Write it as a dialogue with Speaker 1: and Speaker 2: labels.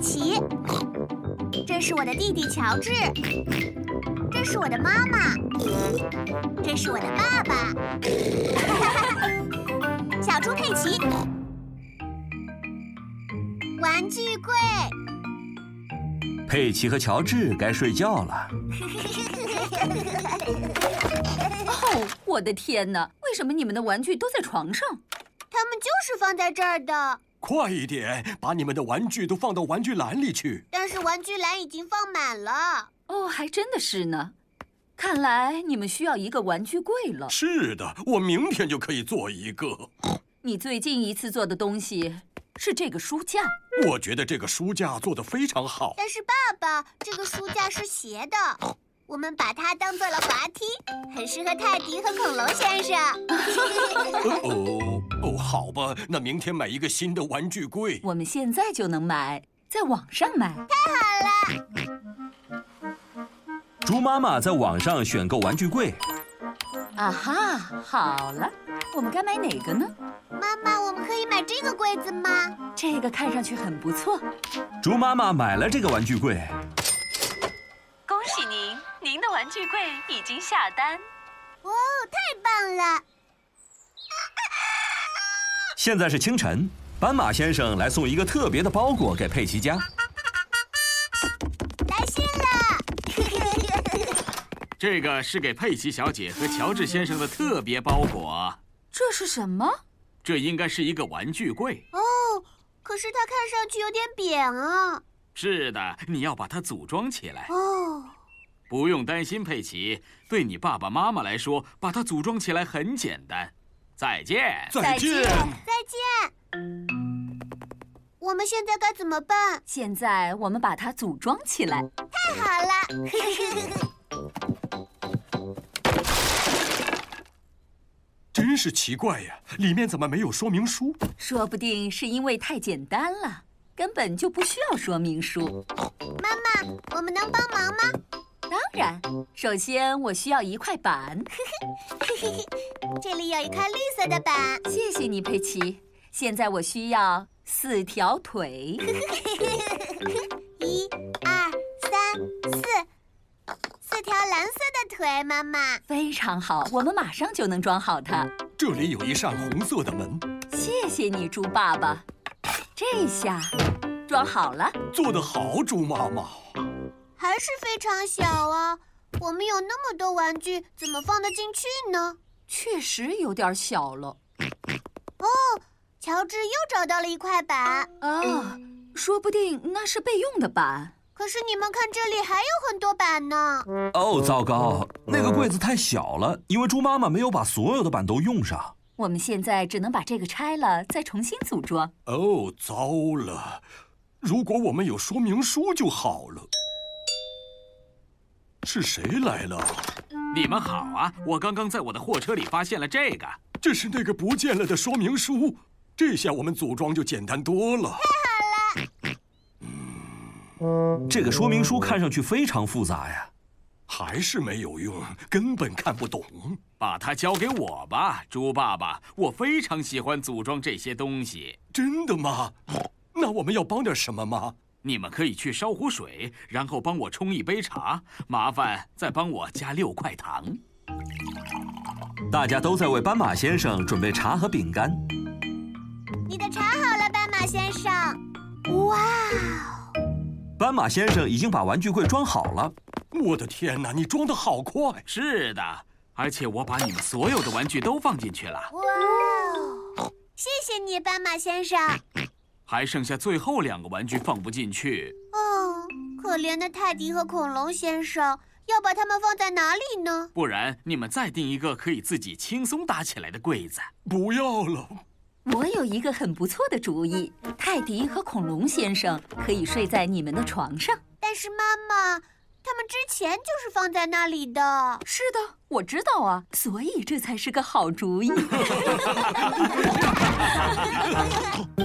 Speaker 1: 奇，这是我的弟弟乔治，这是我的妈妈，这是我的爸 爸，小猪佩奇，玩具柜。
Speaker 2: 佩奇和乔治该睡觉了。
Speaker 3: 哦，我的天哪！为什么你们的玩具都在床上？
Speaker 1: 他们就是放在这儿的，
Speaker 4: 快一点，把你们的玩具都放到玩具篮里去。
Speaker 1: 但是玩具篮已经放满了。
Speaker 3: 哦，还真的是呢。看来你们需要一个玩具柜了。
Speaker 4: 是的，我明天就可以做一个。
Speaker 3: 你最近一次做的东西是这个书架，
Speaker 4: 我觉得这个书架做得非常好。
Speaker 1: 但是爸爸，这个书架是斜的，我们把它当做了滑梯，很适合泰迪和恐龙先生。
Speaker 4: 哦哦哦，好吧，那明天买一个新的玩具柜。
Speaker 3: 我们现在就能买，在网上买。
Speaker 2: 猪妈妈在网上选购玩具柜，
Speaker 3: 啊哈，好了，我们该买哪个呢？
Speaker 1: 妈妈，我们可以买这个柜子吗？
Speaker 3: 这个看上去很不错。
Speaker 2: 猪妈妈买了这个玩具柜。
Speaker 5: 恭喜您，您的玩具柜已经下单。
Speaker 1: 哦，太棒了！
Speaker 2: 现在是清晨，斑马先生来送一个特别的包裹给佩奇家。
Speaker 1: 来信 了，
Speaker 6: 这个是给佩奇小姐和乔治先生的特别包裹，
Speaker 3: 这是什么？
Speaker 6: 这应该是一个玩具柜。
Speaker 1: 哦，可是它看上去有点扁啊。
Speaker 6: 是的，你要把它组装起来。
Speaker 1: 哦，
Speaker 6: 不用担心，佩奇，对你爸爸妈妈来说，把它组装起来很简单。再见。
Speaker 4: 再见。
Speaker 1: 再见。我们现在该怎么办？
Speaker 3: 现在我们把它组装起来。
Speaker 1: 太好了。
Speaker 4: 真是奇怪呀，里面怎么没有说明书？
Speaker 3: 说不定是因为太简单了，根本就不需要说明书。
Speaker 1: 妈妈，我们能帮忙吗？
Speaker 3: 当然，首先我需要一块板。
Speaker 1: 这里有一块绿色的板，
Speaker 3: 谢谢你，佩奇。现在我需要四条腿。
Speaker 1: 一、二、三、四，四条蓝色的腿。妈妈，
Speaker 3: 非常好，我们马上就能装好它。
Speaker 4: 这里有一扇红色的门，
Speaker 3: 谢谢你，猪爸爸。这下装好了。
Speaker 4: 做得好，猪妈妈。
Speaker 1: 还是非常小啊。我们有那么多玩具，怎么放得进去呢？
Speaker 3: 确实有点小了
Speaker 1: 乔治又找到了一块板，
Speaker 3: 啊，说不定那是备用的板。
Speaker 1: 可是你们看，这里还有很多板呢。
Speaker 2: 哦，糟糕，那个柜子太小了，因为猪妈妈没有把所有的板都用上。
Speaker 3: 我们现在只能把这个拆了，再重新组装。
Speaker 4: 哦，糟了，如果我们有说明书就好了。是谁来了？
Speaker 6: 你们好啊！我刚刚在我的货车里发现了这个。
Speaker 4: 这是那个不见了的说明书，这下我们组装就简单多了。
Speaker 2: 这个说明书看上去非常复杂呀。
Speaker 4: 还是没有用，根本看不懂。
Speaker 6: 把它交给我吧，猪爸爸。我非常喜欢组装这些东西。
Speaker 4: 真的吗？那我们要帮点什么吗？
Speaker 6: 你们可以去烧壶水，然后帮我冲一杯茶，麻烦再帮我加六块糖。
Speaker 2: 大家都在为斑马先生准备茶和饼干。
Speaker 1: 你的茶好了，斑马先生。哇，
Speaker 2: 斑马先生已经把玩具柜装好了。
Speaker 4: 我的天哪，你装的好快！
Speaker 6: 是的，而且我把你们所有的玩具都放进去了，
Speaker 1: 哇哦！谢谢你，斑马先生。
Speaker 6: 还剩下最后两个玩具放不进去。
Speaker 1: 哦，可怜的泰迪和恐龙先生，要把它们放在哪里呢？
Speaker 6: 不然你们再订一个可以自己轻松搭起来的柜子。
Speaker 4: 不要了，
Speaker 3: 我有一个很不错的主意，泰迪和恐龙先生可以睡在你们的床上。
Speaker 1: 但是妈妈，他们之前就是放在那里的。
Speaker 3: 是的，我知道啊，所以这才是个好主意。